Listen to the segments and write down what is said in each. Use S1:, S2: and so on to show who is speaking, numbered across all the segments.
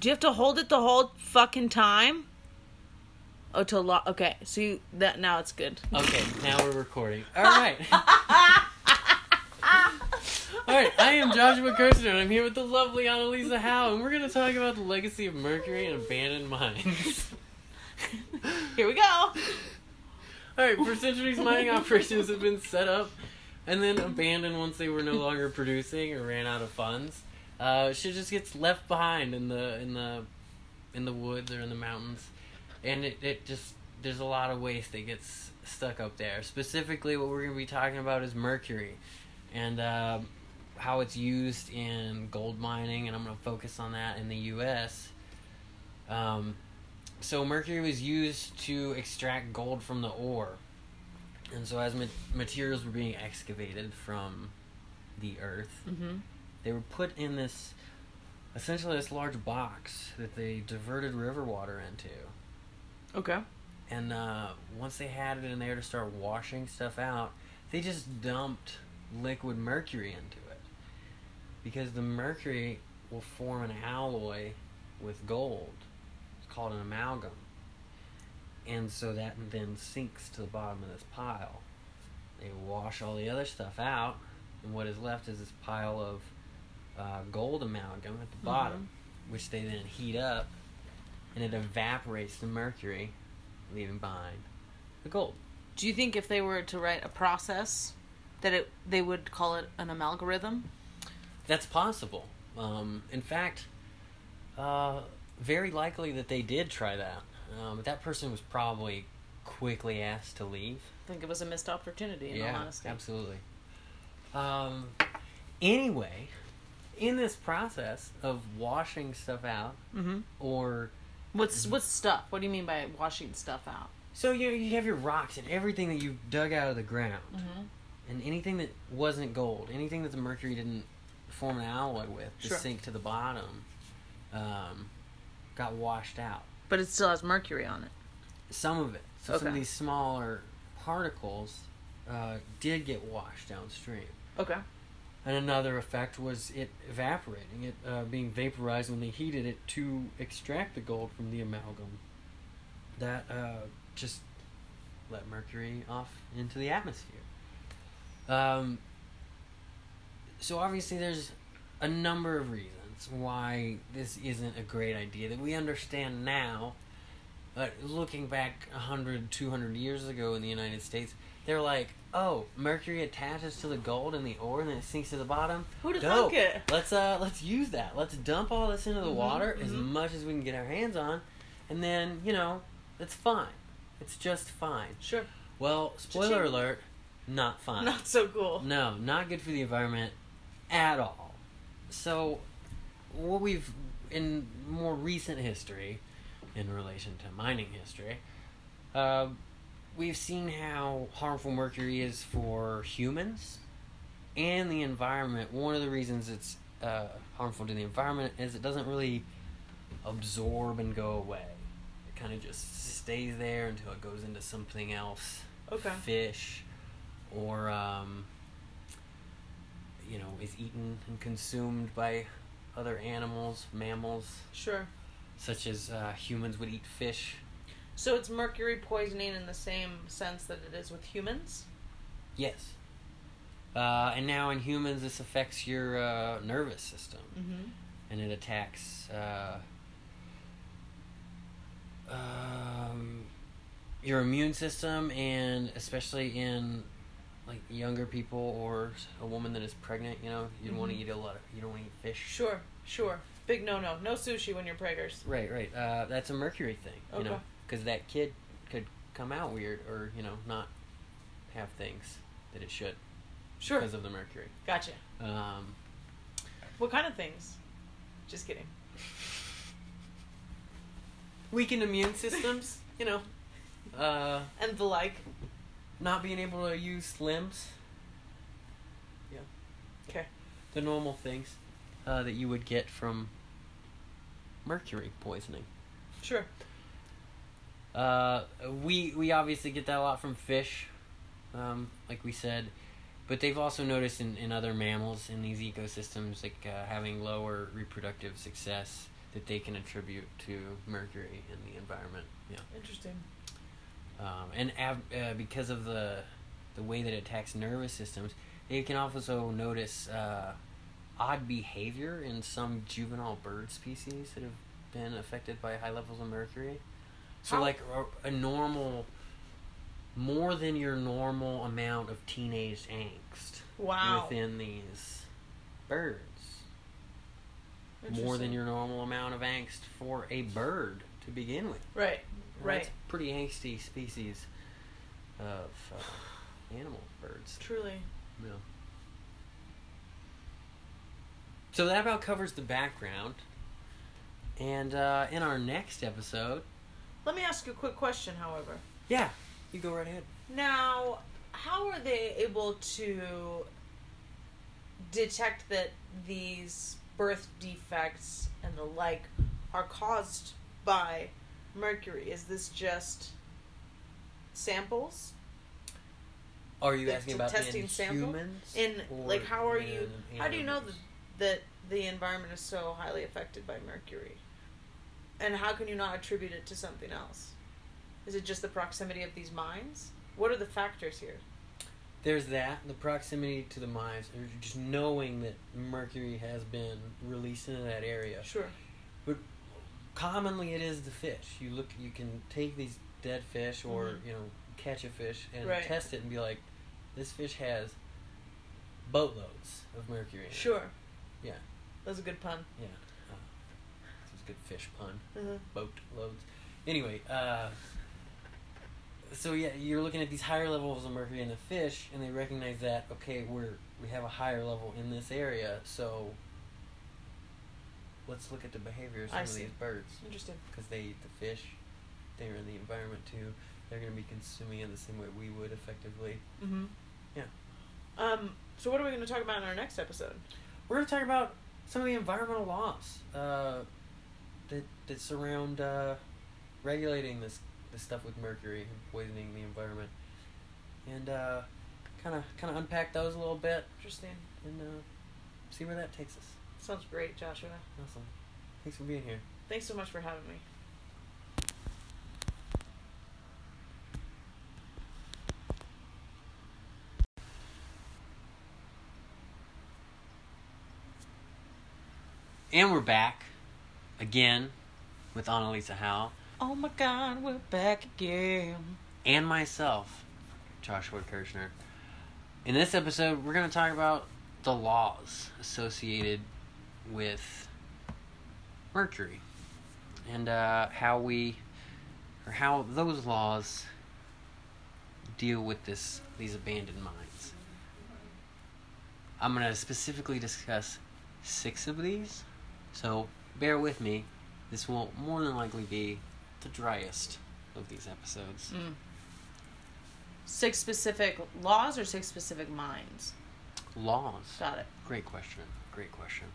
S1: to hold it the whole fucking time? Oh, to lock. Okay, so you, that now it's good.
S2: Okay, now we're recording. All right. All right, I am Joshua Kirchner, and I'm here with the lovely Annalisa Howe, and we're going to talk about the legacy of Mercury and abandoned mines.
S1: Here we go.
S2: All right, for centuries, mining operations have been set up and then abandoned once they were no longer producing or ran out of funds. Uh, shit just gets left behind in the in the in the woods or in the mountains, and it it just there's a lot of waste that gets stuck up there. Specifically, what we're gonna be talking about is mercury, and uh, how it's used in gold mining, and I'm gonna focus on that in the U.S. Um, so mercury was used to extract gold from the ore and so as ma- materials were being excavated from the earth
S1: Mm-hmm.
S2: they were put in this essentially this large box that they diverted river water into
S1: Okay.
S2: and uh, once they had it in there to start washing stuff out they just dumped liquid mercury into it because the mercury will form an alloy with gold it's called an amalgam and so that then sinks to the bottom of this pile they wash all the other stuff out and what is left is this pile of uh, gold amalgam at the bottom which they then heat up and it evaporates the mercury leaving behind the gold
S1: Do you think if they were to write a process, that it they would call it an amalgam?
S2: That's possible. Um, in fact, uh, very likely that they did try that. Um, but that person was probably quickly asked to leave.
S1: I think it was a missed opportunity. In all honesty.
S2: absolutely. Um, anyway, in this process of washing stuff out,
S1: Mm-hmm.
S2: or
S1: What's what's stuff? What do you mean by washing stuff out?
S2: so you you have your rocks and everything that you dug out of the ground,
S1: Mm-hmm.
S2: and anything that wasn't gold, anything that the mercury didn't form an alloy with, to
S1: Sure.
S2: sink to the bottom, um, got washed out.
S1: But it still has mercury on it.
S2: Some of it, so some of
S1: Okay.
S2: these smaller particles, uh, did get washed downstream.
S1: Okay.
S2: And another effect was it evaporating, it uh, being vaporized when they heated it to extract the gold from the amalgam. That uh, just let mercury off into the atmosphere. Um, so obviously, there's a number of reasons why this isn't a great idea that we understand now. But looking back 100, 200 years ago in the United States, they're like, oh, mercury attaches to the gold and the ore and then it sinks to the bottom.
S1: Who'da
S2: Dope.
S1: thunk it?
S2: Let's uh, let's use that. Let's dump all this into the
S1: Mhm,
S2: water as
S1: mhm.
S2: much as we can get our hands on, and then you know, it's fine. It's just fine.
S1: Sure.
S2: Well, spoiler
S1: Cha-ching.
S2: alert, not fine.
S1: Not so cool.
S2: No, not good for the environment at all. So, what we've in more recent history, in relation to mining history, uh, we've seen how harmful mercury is for humans and the environment. One of the reasons it's uh, harmful to the environment is it doesn't really absorb and go away. It kind of just stays there until it goes into something else
S1: Okay.
S2: fish or um, you know is eaten and consumed by other animals mammals
S1: Sure.
S2: such as uh, humans would eat fish
S1: So it's mercury poisoning in the same sense that it is with humans.
S2: yes uh, and now in humans this affects your uh, nervous system
S1: Mm-hmm.
S2: and it attacks uh, um, your immune system and especially in like younger people or a woman that is pregnant you know you don't want to
S1: Mhm.
S2: eat a lot of you don't want to eat fish
S1: Sure. Sure. Big no no. No sushi when you're preggers.
S2: right right uh, that's a mercury thing you know
S1: Okay.
S2: because that kid could come out weird or you know not have things that it should
S1: Sure.
S2: because of the mercury
S1: Gotcha.
S2: um,
S1: What kind of things? Just kidding.
S2: weakened immune systems you know uh,
S1: And the like.
S2: not being able to use limbs. Yeah.
S1: 'Kay.
S2: The normal things uh, that you would get from mercury poisoning.
S1: Sure.
S2: Uh, we we obviously get that a lot from fish, um, like we said, but they've also noticed in, in other mammals in these ecosystems like uh, having lower reproductive success that they can attribute to mercury in the environment. Yeah.
S3: Interesting.
S2: um, and ab- uh, because of the the way that it attacks nervous systems, they can also notice uh, odd behavior in some juvenile bird species that have been affected by high levels of mercury. So,
S1: How-
S2: like a, a normal, more than your normal amount of teenage angst
S3: Wow.
S2: within these birds. More than
S3: Interesting.
S2: your normal amount of angst for a bird to begin with.
S3: Right.
S2: Well,
S3: Right.
S2: It's a pretty angsty species of uh, animal birds.
S3: Truly.
S2: Yeah. So that about covers the background. And uh, in our next episode,
S3: Let me ask you a quick question, however.
S2: yeah, you go right ahead.
S3: Now, how are they able to detect that these birth defects and the like are caused by mercury? Is this just samples?
S2: Are you
S3: The- to
S2: asking about
S3: testing
S2: in
S3: sample?
S2: humans?
S3: In
S2: or
S3: like how are
S2: in
S3: you how do you know that
S2: animals?
S3: that the environment is so highly affected by mercury? And how can you not attribute it to something else? Is it just the proximity of these mines? What are the factors here?
S2: There's that, the proximity to the mines, or just knowing that mercury has been released into that area.
S3: Sure.
S2: commonly it is the fish. You look, you can take these dead fish or
S3: Mhm.
S2: you know catch a fish and
S3: Right.
S2: test it and be like, this fish has boatloads of mercury. in it."
S3: Sure.
S2: Yeah.
S3: That's a good pun.
S2: Yeah. Uh, this is a good fish pun.
S3: Uh-huh.
S2: Boatloads. Anyway, uh, so yeah, you're looking at these higher levels of mercury in the fish, and they recognize that okay, we're we have a higher level in this area, so. Let's look at the behavior of some
S3: I
S2: of
S3: see.
S2: these birds
S3: Interesting.
S2: because they eat the fish, they're in the environment too. They're going to be consuming it the same way we would effectively.
S3: Mm-hmm.
S2: Yeah.
S3: Um, so what are we going to talk about in our next episode?
S2: We're going to talk about some of the environmental laws uh, that that surround uh, regulating this this stuff with mercury and poisoning the environment, and kind of kind of unpack those a little bit
S3: Interesting.
S2: and uh, see where that takes us.
S3: Sounds great, Joshua.
S2: Awesome. Thanks for being here.
S3: Thanks so much for having me.
S2: And we're back again with Annalisa Howe.
S3: Oh my God, we're back again.
S2: and myself, Joshua Kirshner. In this episode, we're going to talk about the laws associated with Mercury and uh, how we, or how those laws deal with this these abandoned mines. I'm going to specifically discuss six of these, so bear with me. This will more than likely be the driest of these episodes.
S1: Six specific laws or six specific minds?
S2: Laws.
S1: Got it.
S2: Great question. Great question.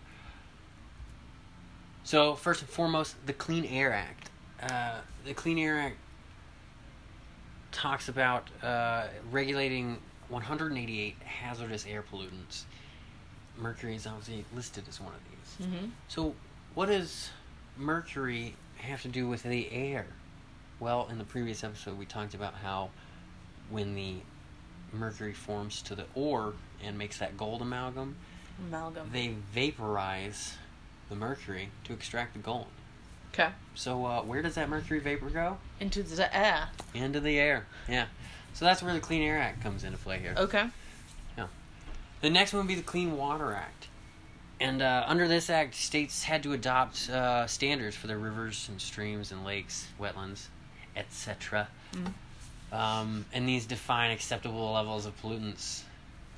S2: So, first and foremost, the Clean Air Act. Uh, the Clean Air Act talks about uh, regulating 188 hazardous air pollutants. Mercury is obviously listed as one of these.
S1: Mm-hmm.
S2: So, what does mercury have to do with the air? Well, in the previous episode, we talked about how when the mercury forms to the ore and makes that gold amalgam,
S1: Amalgam.
S2: they vaporize the mercury to extract the gold.
S1: Okay.
S2: So, uh, where does that mercury vapor go?
S1: Into the air.
S2: Into the air. Yeah. So, that's where the Clean Air Act comes into play here.
S1: Okay.
S2: The next one would be the Clean Water Act. And uh, under this act, states had to adopt uh, standards for their rivers and streams and lakes, wetlands, etc. Um, and these define acceptable levels of pollutants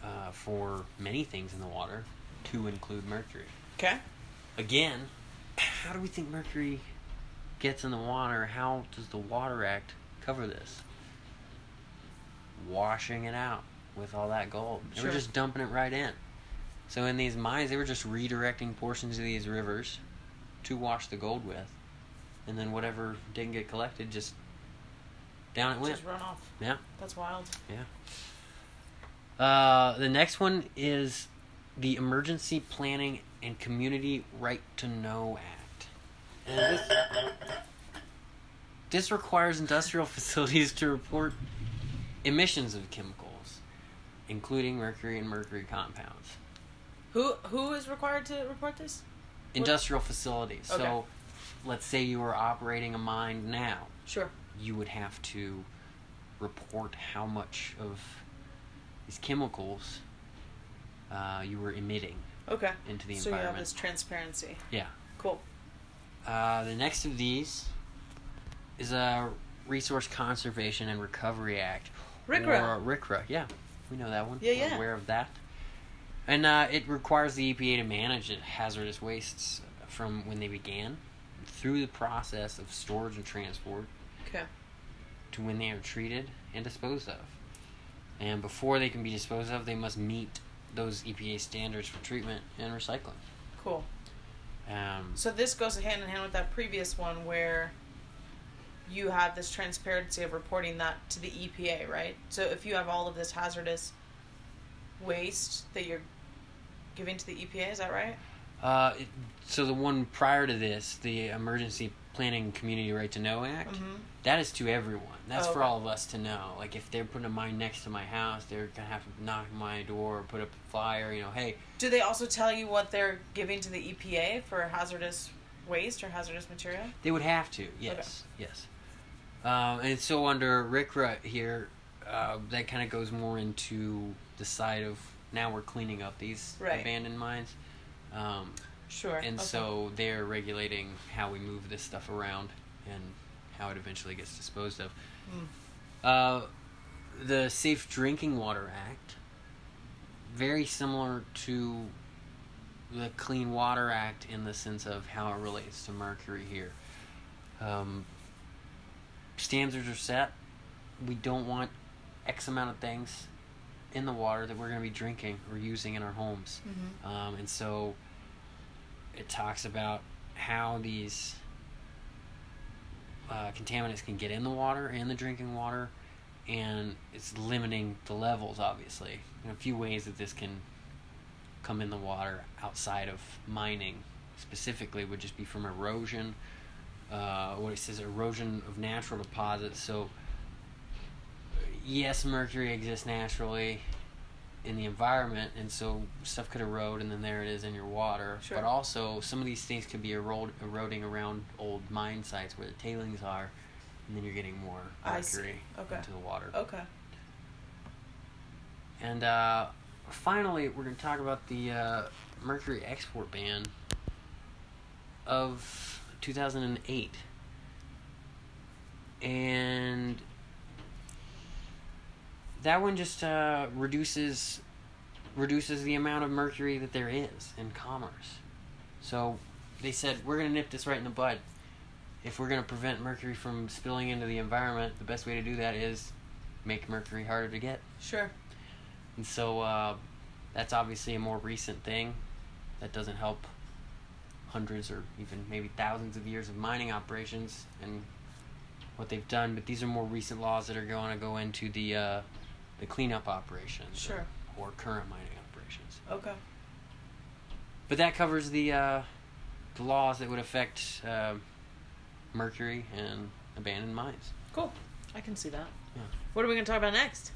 S2: uh, for many things in the water, to include mercury.
S3: Okay.
S2: Again, how do we think mercury gets in the water? How does the Water Act cover this? Washing it out with all that gold. They were
S3: Sure.
S2: just dumping it right in. So in these mines, they were just redirecting portions of these rivers to wash the gold with, and then whatever didn't get collected, just down it went.
S3: Just run off.
S2: Yeah.
S3: That's wild.
S2: Uh, the next one is the Emergency Planning and Community Right to Know Act. And this, this requires industrial facilities to report emissions of chemicals, including mercury and mercury compounds.
S3: Who who is required to report this?
S2: Industrial facilities. So,
S3: Okay.
S2: let's say you were operating a mine now,
S3: Sure.
S2: you would have to report how much of these chemicals uh, you were emitting
S3: Okay.
S2: into the
S3: So you have this
S2: environment.
S3: transparency.
S2: Yeah.
S3: Cool.
S2: Uh, the next of these is a Resource Conservation and Recovery Act.
S3: RCRA.
S2: Or RCRA, yeah. We know that one.
S3: Yeah,
S2: We're
S3: yeah.
S2: aware of that. And uh, it requires the EPA to manage it- hazardous wastes from when they began through the process of storage and transport
S3: Okay.
S2: to when they are treated and disposed of. And before they can be disposed of, they must meet those EPA standards for treatment and recycling.
S3: Cool.
S2: Um,
S3: So this goes hand in hand with that previous one where you have this transparency of reporting that to the EPA, right? So if you have all of this hazardous waste that you're giving to the EPA, is that right?
S2: Uh, it, so the one prior to this, the Emergency Planning Community Right to Know Act,
S3: Mhm.
S2: that is to everyone. That's
S3: Oh,
S2: for
S3: okay.
S2: all of us to know. Like if they're putting a mine next to my house, they're gonna have to knock on my door, put up a flyer. You know, hey,
S3: Do they also tell you what they're giving to the EPA for hazardous waste or hazardous material?
S2: They would have to. Yes. Yes. Um, and so under RCRA here, uh, that kind of goes more into the side of now we're cleaning up these
S3: Right.
S2: abandoned mines, um,
S3: Sure.
S2: and
S3: okay.
S2: so they're regulating how we move this stuff around and how it eventually gets disposed of.
S3: Mm.
S2: Uh, the Safe Drinking Water Act, very similar to the Clean Water Act in the sense of how it relates to mercury here. Um, standards are set. We don't want X amount of things in the water that we're going to be drinking or using in our homes.
S3: Mhm.
S2: Um, and so it talks about how these uh, contaminants can get in the water and the drinking water, and it's limiting the levels, obviously. In a few ways that this can come in the water outside of mining specifically would just be from erosion. Uh, what it says erosion of natural deposits. So, yes, mercury exists naturally in the environment, and so stuff could erode, and then there it is in your water.
S3: Sure.
S2: But also, some of these things could be erode, eroding around old mine sites where the tailings are, and then you're getting more
S3: I see.
S2: mercury
S3: Okay.
S2: into the water.
S3: Okay.
S2: And uh, finally, we're going to talk about the uh, mercury export ban of 2008. And that one just uh, reduces reduces the amount of mercury that there is in commerce. So they said we're going to nip this right in the bud. If we're going to prevent mercury from spilling into the environment, the best way to do that is make mercury harder to get.
S3: Sure.
S2: And so uh, that's obviously a more recent thing that doesn't help hundreds or even maybe thousands of years of mining operations and what they've done. But these are more recent laws that are going to go into the uh, the cleanup operations
S3: Sure.
S2: or, or current mining operations.
S3: Okay.
S2: But that covers the uh, the laws that would affect uh, mercury and abandoned mines.
S3: Cool. I can see that.
S2: Yeah.
S3: What are we going to talk about next?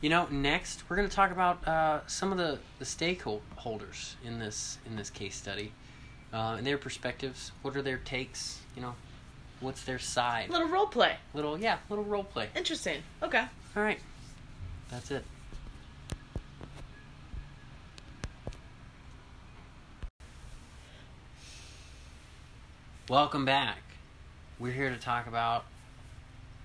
S2: You know, next we're going to talk about uh, some of the, the stakeholders in this in this case study, uh, and their perspectives. What are their takes? You know, what's their side?
S3: Little role play.
S2: Little yeah, little role play.
S3: Interesting. Okay.
S2: All right, that's it. Welcome back. We're here to talk about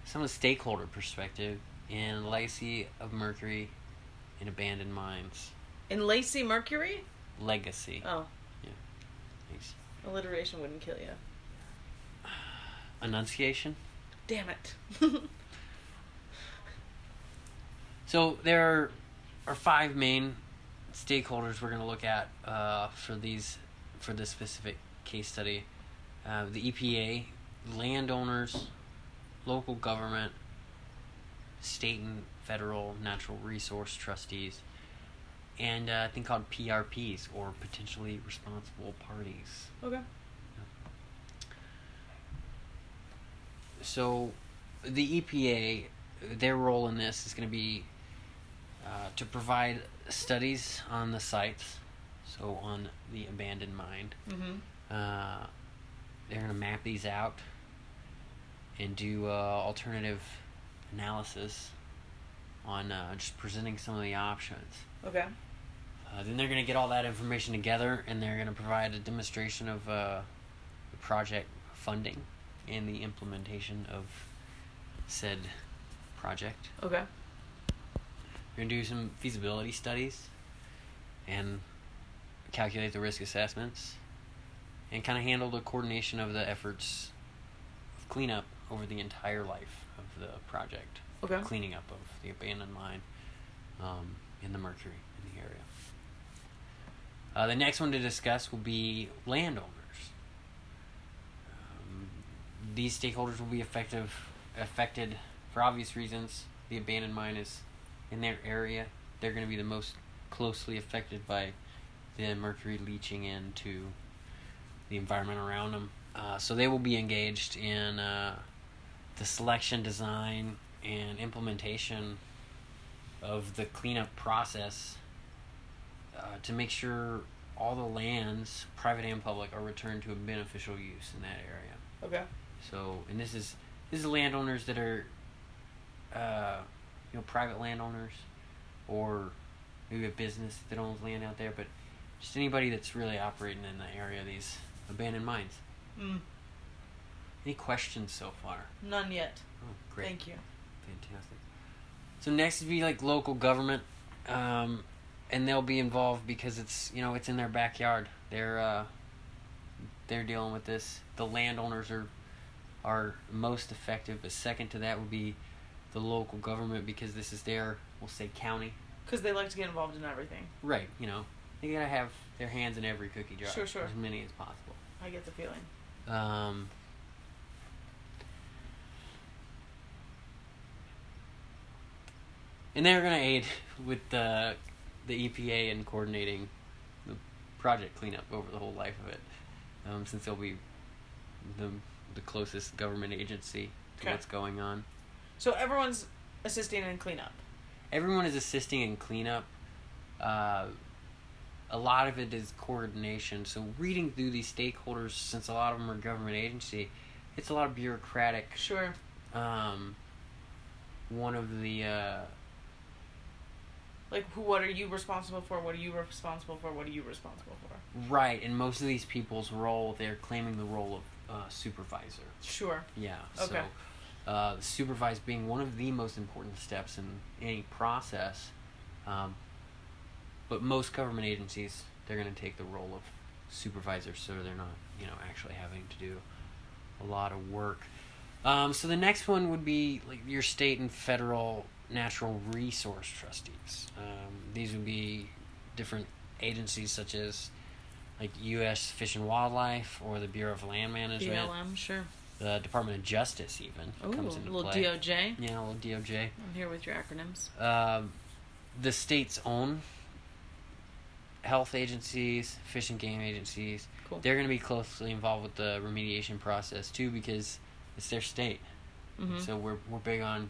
S2: some of the stakeholder perspective in legacy of mercury in abandoned mines.
S3: In Lacey Mercury?
S2: Legacy.
S3: Oh,
S2: Thanks.
S3: alliteration wouldn't kill you.
S2: Enunciation.
S3: Damn it.
S2: So there are five main stakeholders we're going to look at uh, for these for this specific case study: uh, the EPA, landowners, local government, state and federal natural resource trustees, and uh, a thing called PRPs or potentially responsible parties.
S3: okay.
S2: so the EPA, their role in this is going to be uh, to provide studies on the sites, so on the abandoned mine.
S3: Mm-hmm.
S2: Uh, they're going to map these out and do uh, alternative analysis on uh, just presenting some of the options.
S3: Okay.
S2: Uh, then they're going to get all that information together and they're going to provide a demonstration of uh, the project funding and the implementation of said project.
S1: Okay.
S2: They're going to do some feasibility studies and calculate the risk assessments and kind of handle the coordination of the efforts of cleanup over the entire life of the project.
S1: Okay.
S2: Cleaning up of the abandoned mine um, in the mercury in the area. Uh, the next one to discuss will be landowners. Um, these stakeholders will be effective, affected for obvious reasons. The abandoned mine is in their area. They're going to be the most closely affected by the mercury leaching into the environment around them. Uh, so they will be engaged in uh, the selection, design, and implementation of the cleanup process uh, to make sure all the lands, private and public, are returned to a beneficial use in that area.
S3: Okay.
S2: So, and this is this is landowners that are, uh, you know, private landowners, or maybe a business that owns land out there, but just anybody that's really operating in the area of these abandoned mines.
S3: Mm,
S2: Any questions so far?
S3: none yet.
S2: Oh, great.
S3: Thank you.
S2: Fantastic. So next would be like local government, um, and they'll be involved because it's you know it's in their backyard. They're uh, they're dealing with this. The landowners are are most effective, but second to that would be the local government because this is their we'll say county.
S3: Because they like to get involved in everything.
S2: Right. You know they gotta have their hands in every cookie jar.
S3: Sure, sure.
S2: As many as possible.
S3: I get the feeling.
S2: Um, and they're going to aid with the the E EPA in coordinating the project cleanup over the whole life of it, um, since they'll be the the closest government agency to
S3: Okay.
S2: what's going on.
S3: So everyone's assisting in cleanup.
S2: Everyone is assisting in cleanup. Uh, a lot of it is coordination. So reading through these stakeholders, since a lot of them are government agency, it's a lot of bureaucratic
S3: Sure.
S2: um, one of the uh,
S3: Like, who? What are you responsible for? What are you responsible for? What are you responsible for?
S2: right and most of these people's role they're claiming the role of uh, supervisor
S3: Sure.
S2: yeah
S3: Okay.
S2: so uh, supervise being one of the most important steps in any process um, but most government agencies they're going to take the role of supervisor so they're not you know actually having to do a lot of work um, so the next one would be like your state and federal natural resource trustees. Um, these would be different agencies such as like U.S. Fish and Wildlife or the Bureau of Land Management,
S1: BLM, sure.
S2: the uh, Department of Justice even
S1: Ooh,
S2: comes into
S1: little
S2: play.
S1: DOJ.
S2: yeah, a little DOJ.
S1: I'm here with your acronyms.
S2: Um, the state's own health agencies, fish and game agencies.
S1: Cool.
S2: They're going to be closely involved with the remediation process too because it's their state.
S1: hmm
S2: So we're we're big on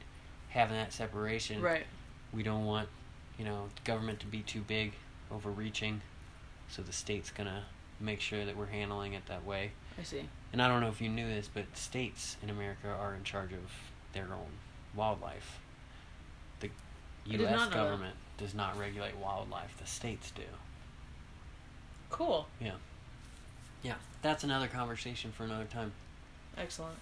S2: having that separation.
S1: Right.
S2: We don't want, you know, government to be too big, overreaching. So the state's gonna make sure that we're handling it that way.
S1: I see.
S2: And I don't know if you knew this, but states in America are in charge of their own wildlife. The
S1: did not
S2: U.S.
S1: know that.
S2: government does not regulate wildlife. The states do.
S3: Cool.
S2: Yeah. Yeah, that's another conversation for another time.
S3: Excellent.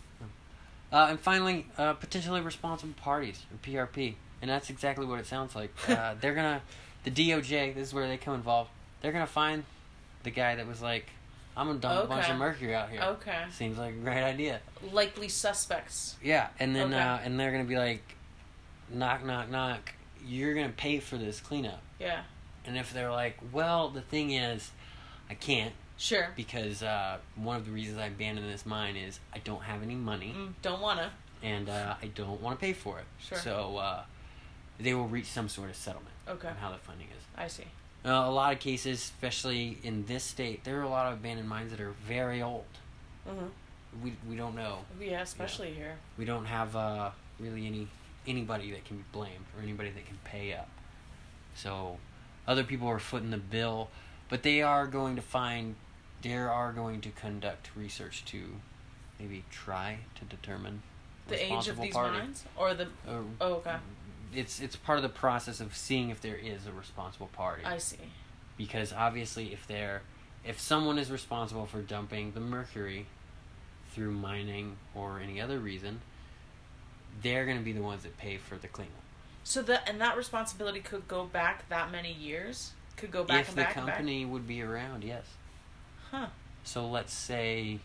S2: Uh, and finally, uh, potentially responsible parties or PRP, and that's exactly what it sounds like. Uh, they're gonna, the DOJ. This is where they come involved. They're gonna find the guy that was like, "I'm gonna dump a bunch
S3: Okay.
S2: of mercury out here."
S3: Okay.
S2: Seems like a great idea.
S3: Likely suspects.
S2: Yeah, and then
S3: Okay.
S2: uh, and they're gonna be like, "Knock, knock, knock. You're gonna pay for this cleanup."
S3: Yeah.
S2: And if they're like, "Well, the thing is, I can't
S3: Sure.
S2: because uh, one of the reasons I abandoned this mine is I don't have any money."
S3: Mm, don't wanna.
S2: and uh, I don't want to pay for it.
S3: Sure.
S2: So uh, they will reach some sort of settlement
S3: Okay.
S2: on how the funding is.
S3: I see.
S2: Uh, a lot of cases, especially in this state, there are a lot of abandoned mines that are very old.
S3: Mm-hmm.
S2: we we don't know.
S3: Yeah, especially here.
S2: We don't have uh, really any anybody that can be blamed or anybody that can pay up. So other people are footing the bill, but they are going to find they are going to conduct research to maybe try to determine
S3: The age of
S2: responsible
S3: these
S2: party.
S3: mines, or the
S2: Or
S3: oh okay,
S2: it's it's part of the process of seeing if there is a responsible party
S3: I see.
S2: because obviously if they're if someone is responsible for dumping the mercury through mining or any other reason they're going to be the ones that pay for the cleanup
S3: So that and that responsibility could go back that many years. Could go back
S2: if
S3: and
S2: the
S3: back and
S2: company would be around yes
S3: back. Huh.
S2: so let's say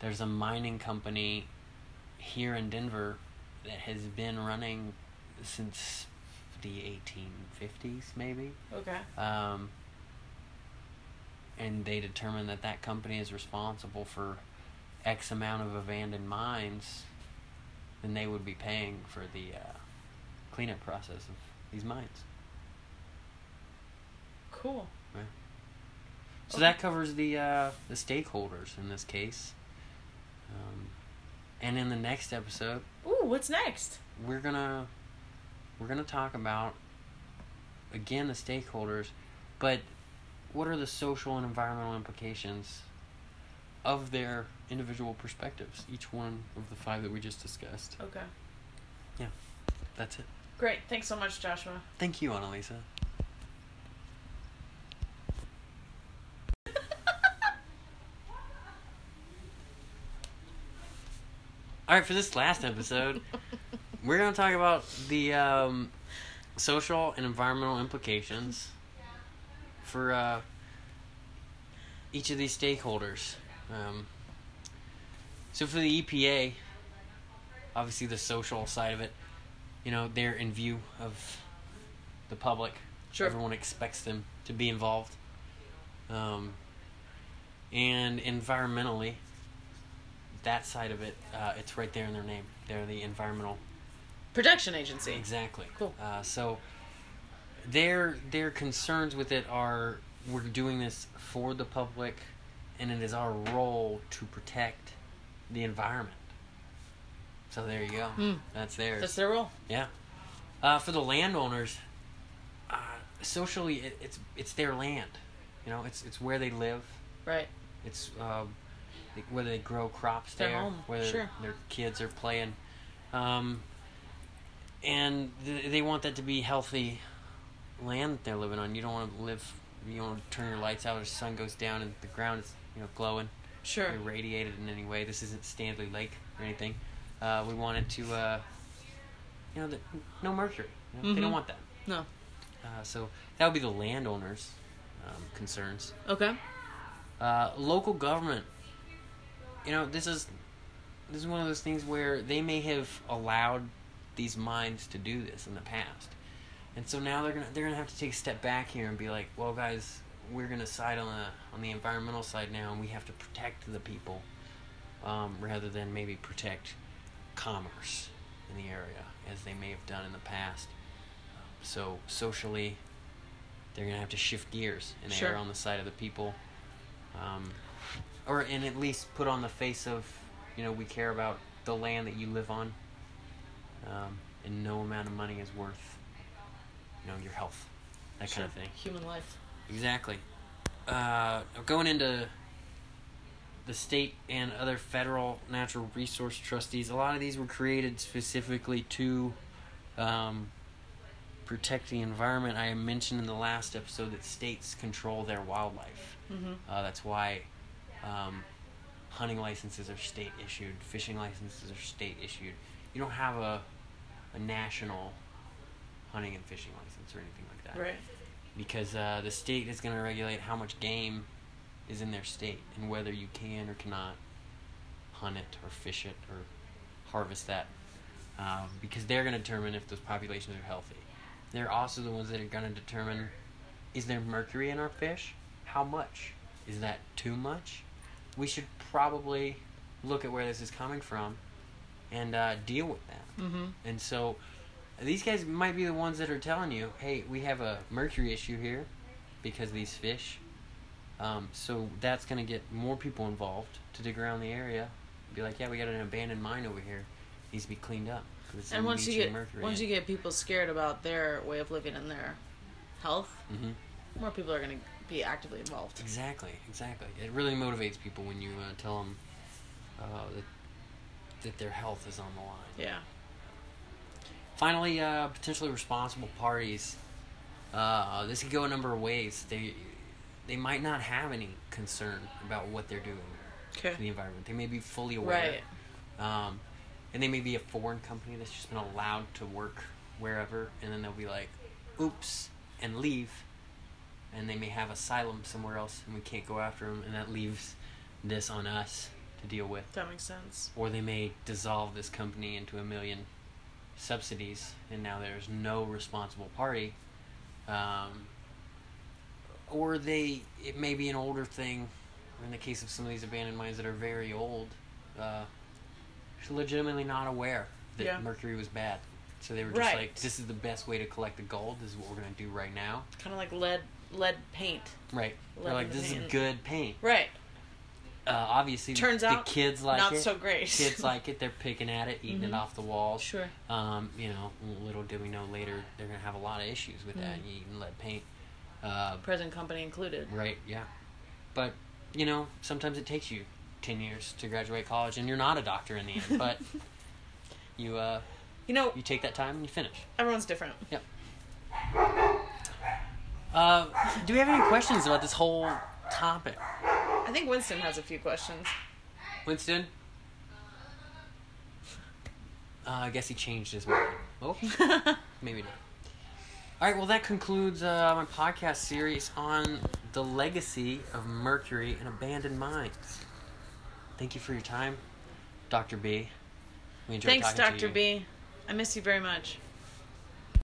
S2: there's a mining company here in denver that has been running since the 1850s maybe
S3: Okay.
S2: um, and they determine that that company is responsible for X amount of abandoned mines, then they would be paying for the uh, cleanup process of these mines.
S3: Cool.
S2: So that covers the uh, the stakeholders in this case. Um, and in the next episode,
S3: Ooh, what's next?
S2: we're gonna we're gonna talk about again the stakeholders, but what are the social and environmental implications of their individual perspectives? Each one of the five that we just discussed.
S3: Okay.
S2: That's it.
S3: Great. Thanks so much, Joshua.
S2: Thank you, Annalisa. All right, for this last episode, we're going to talk about the um, social and environmental implications for uh, each of these stakeholders. Um, so, for the EPA, obviously the social side of it, you know, they're in view of the public.
S3: Sure.
S2: Everyone expects them to be involved. Um, and environmentally, that side of it, uh, it's right there in their name. They're the environmental
S3: Protection agency.
S2: Exactly.
S3: Cool.
S2: Uh, so their their concerns with it are we're doing this for the public, and it is our role to protect the environment. So there you go. That's
S3: Hmm.
S2: theirs.
S3: That's their role.
S2: yeah. Uh, for the landowners, uh, socially, it, it's it's their land. You know, it's it's where they live.
S3: Right.
S2: It's um, like whether they grow crops
S3: Their
S2: there,
S3: home,
S2: whether
S3: sure.
S2: their kids are playing, um, and th- they want that to be healthy land that they're living on. You don't want to live. You don't want to turn your lights out. Or the sun goes down and the ground is you know glowing,
S3: Sure.
S2: irradiated in any way. This isn't Stanley Lake or anything. Uh, we wanted to, uh, you know, the, no mercury. You know, They
S3: Mhm.
S2: don't want that.
S3: No.
S2: Uh, so that would be the landowners' um, concerns.
S3: Okay.
S2: Uh, local government. You know, this is this is one of those things where they may have allowed these mines to do this in the past, and so now they're gonna they're gonna have to take a step back here and be like, well, guys, we're gonna side on the on the environmental side now, and we have to protect the people, um, rather than maybe protect commerce in the area as they may have done in the past. So socially, they're gonna have to shift gears, and they
S3: Sure.
S2: are on the side of the people um, or and at least put on the face of you know we care about the land that you live on um, and no amount of money is worth you know your health that
S3: sure.
S2: kind of thing
S3: Human life.
S2: exactly uh, going into the state and other federal natural resource trustees a lot of these were created specifically to um, protect the environment i mentioned in the last episode that states control their wildlife
S3: Mm-hmm.
S2: uh, that's why um, hunting licenses are state issued, fishing licenses are state issued. You don't have a, a national hunting and fishing license or anything like that.
S3: Right.
S2: Because uh, the state is going to regulate how much game is in their state and whether you can or cannot hunt it or fish it or harvest that. Um, because they're going to determine if those populations are healthy. They're also the ones that are going to determine is there mercury in our fish? How much? Is that too much? We should probably look at where this is coming from and uh, deal with that.
S3: Mm-hmm.
S2: And so these guys might be the ones that are telling you, hey, we have a mercury issue here because of these fish. Um, so that's going to get more people involved to dig around the area Be like, yeah, we got an abandoned mine over here. Needs to be cleaned up. 'cause it's
S3: And once you
S2: leaching
S3: get
S2: mercury
S3: once
S2: in
S3: you get people scared about their way of living and their health,
S2: it." Mhm.
S3: more people are going to be actively involved.
S2: Exactly, exactly. It really motivates people when you uh, tell them uh, that, that their health is on the line.
S3: Yeah.
S2: Finally, uh, potentially responsible parties. Uh, this could go a number of ways. They they might not have any concern about what they're doing to the
S3: Okay.
S2: environment. They may be fully aware,
S3: Right.
S2: um, and they may be a foreign company that's just been allowed to work wherever, and then they'll be like, "Oops," and leave, and they may have asylum somewhere else, and we can't go after them, and that leaves this on us to deal with
S3: That makes sense.
S2: or they may dissolve this company into a million subsidies, and now there's no responsible party. Um, or they, it may be an older thing. In the case of some of these abandoned mines that are very old, uh, just legitimately not aware that
S3: Yeah.
S2: mercury was bad, so they were just
S1: Right.
S2: like, "This is the best way to collect the gold. This is what we're gonna do right now."
S1: Kind of like lead lead paint.
S2: Right? They're
S1: Love
S2: like,
S1: the
S2: "This is
S1: paint.
S2: good paint."
S1: Right.
S2: Uh, obviously,
S1: Turns
S2: the
S1: out,
S2: kids like
S1: Not
S2: it.
S1: so great.
S2: kids like it. They're picking at it, eating it
S1: Mhm.
S2: off the walls.
S1: Sure.
S2: Um, you know, little did we know later they're gonna have a lot of issues with that.
S1: Mm.
S2: You even lead paint, uh,
S1: Present company included.
S2: right? Yeah, but you know, sometimes it takes you ten years to graduate college, and you're not a doctor in the end. But you uh,
S1: You know,
S2: you take that time and you finish.
S3: Everyone's different.
S2: Uh, do we have any questions about this whole topic,
S3: I think Winston has a few questions.
S2: Winston? Uh, I guess he changed his mind. Oh. Maybe not. All right, well, that concludes uh, my podcast series on the legacy of Mercury and abandoned mines. Thank you for your time, Dr. B. We enjoyed
S3: Thanks,
S2: talking to
S3: Dr.
S2: you.
S3: B. I miss you very much.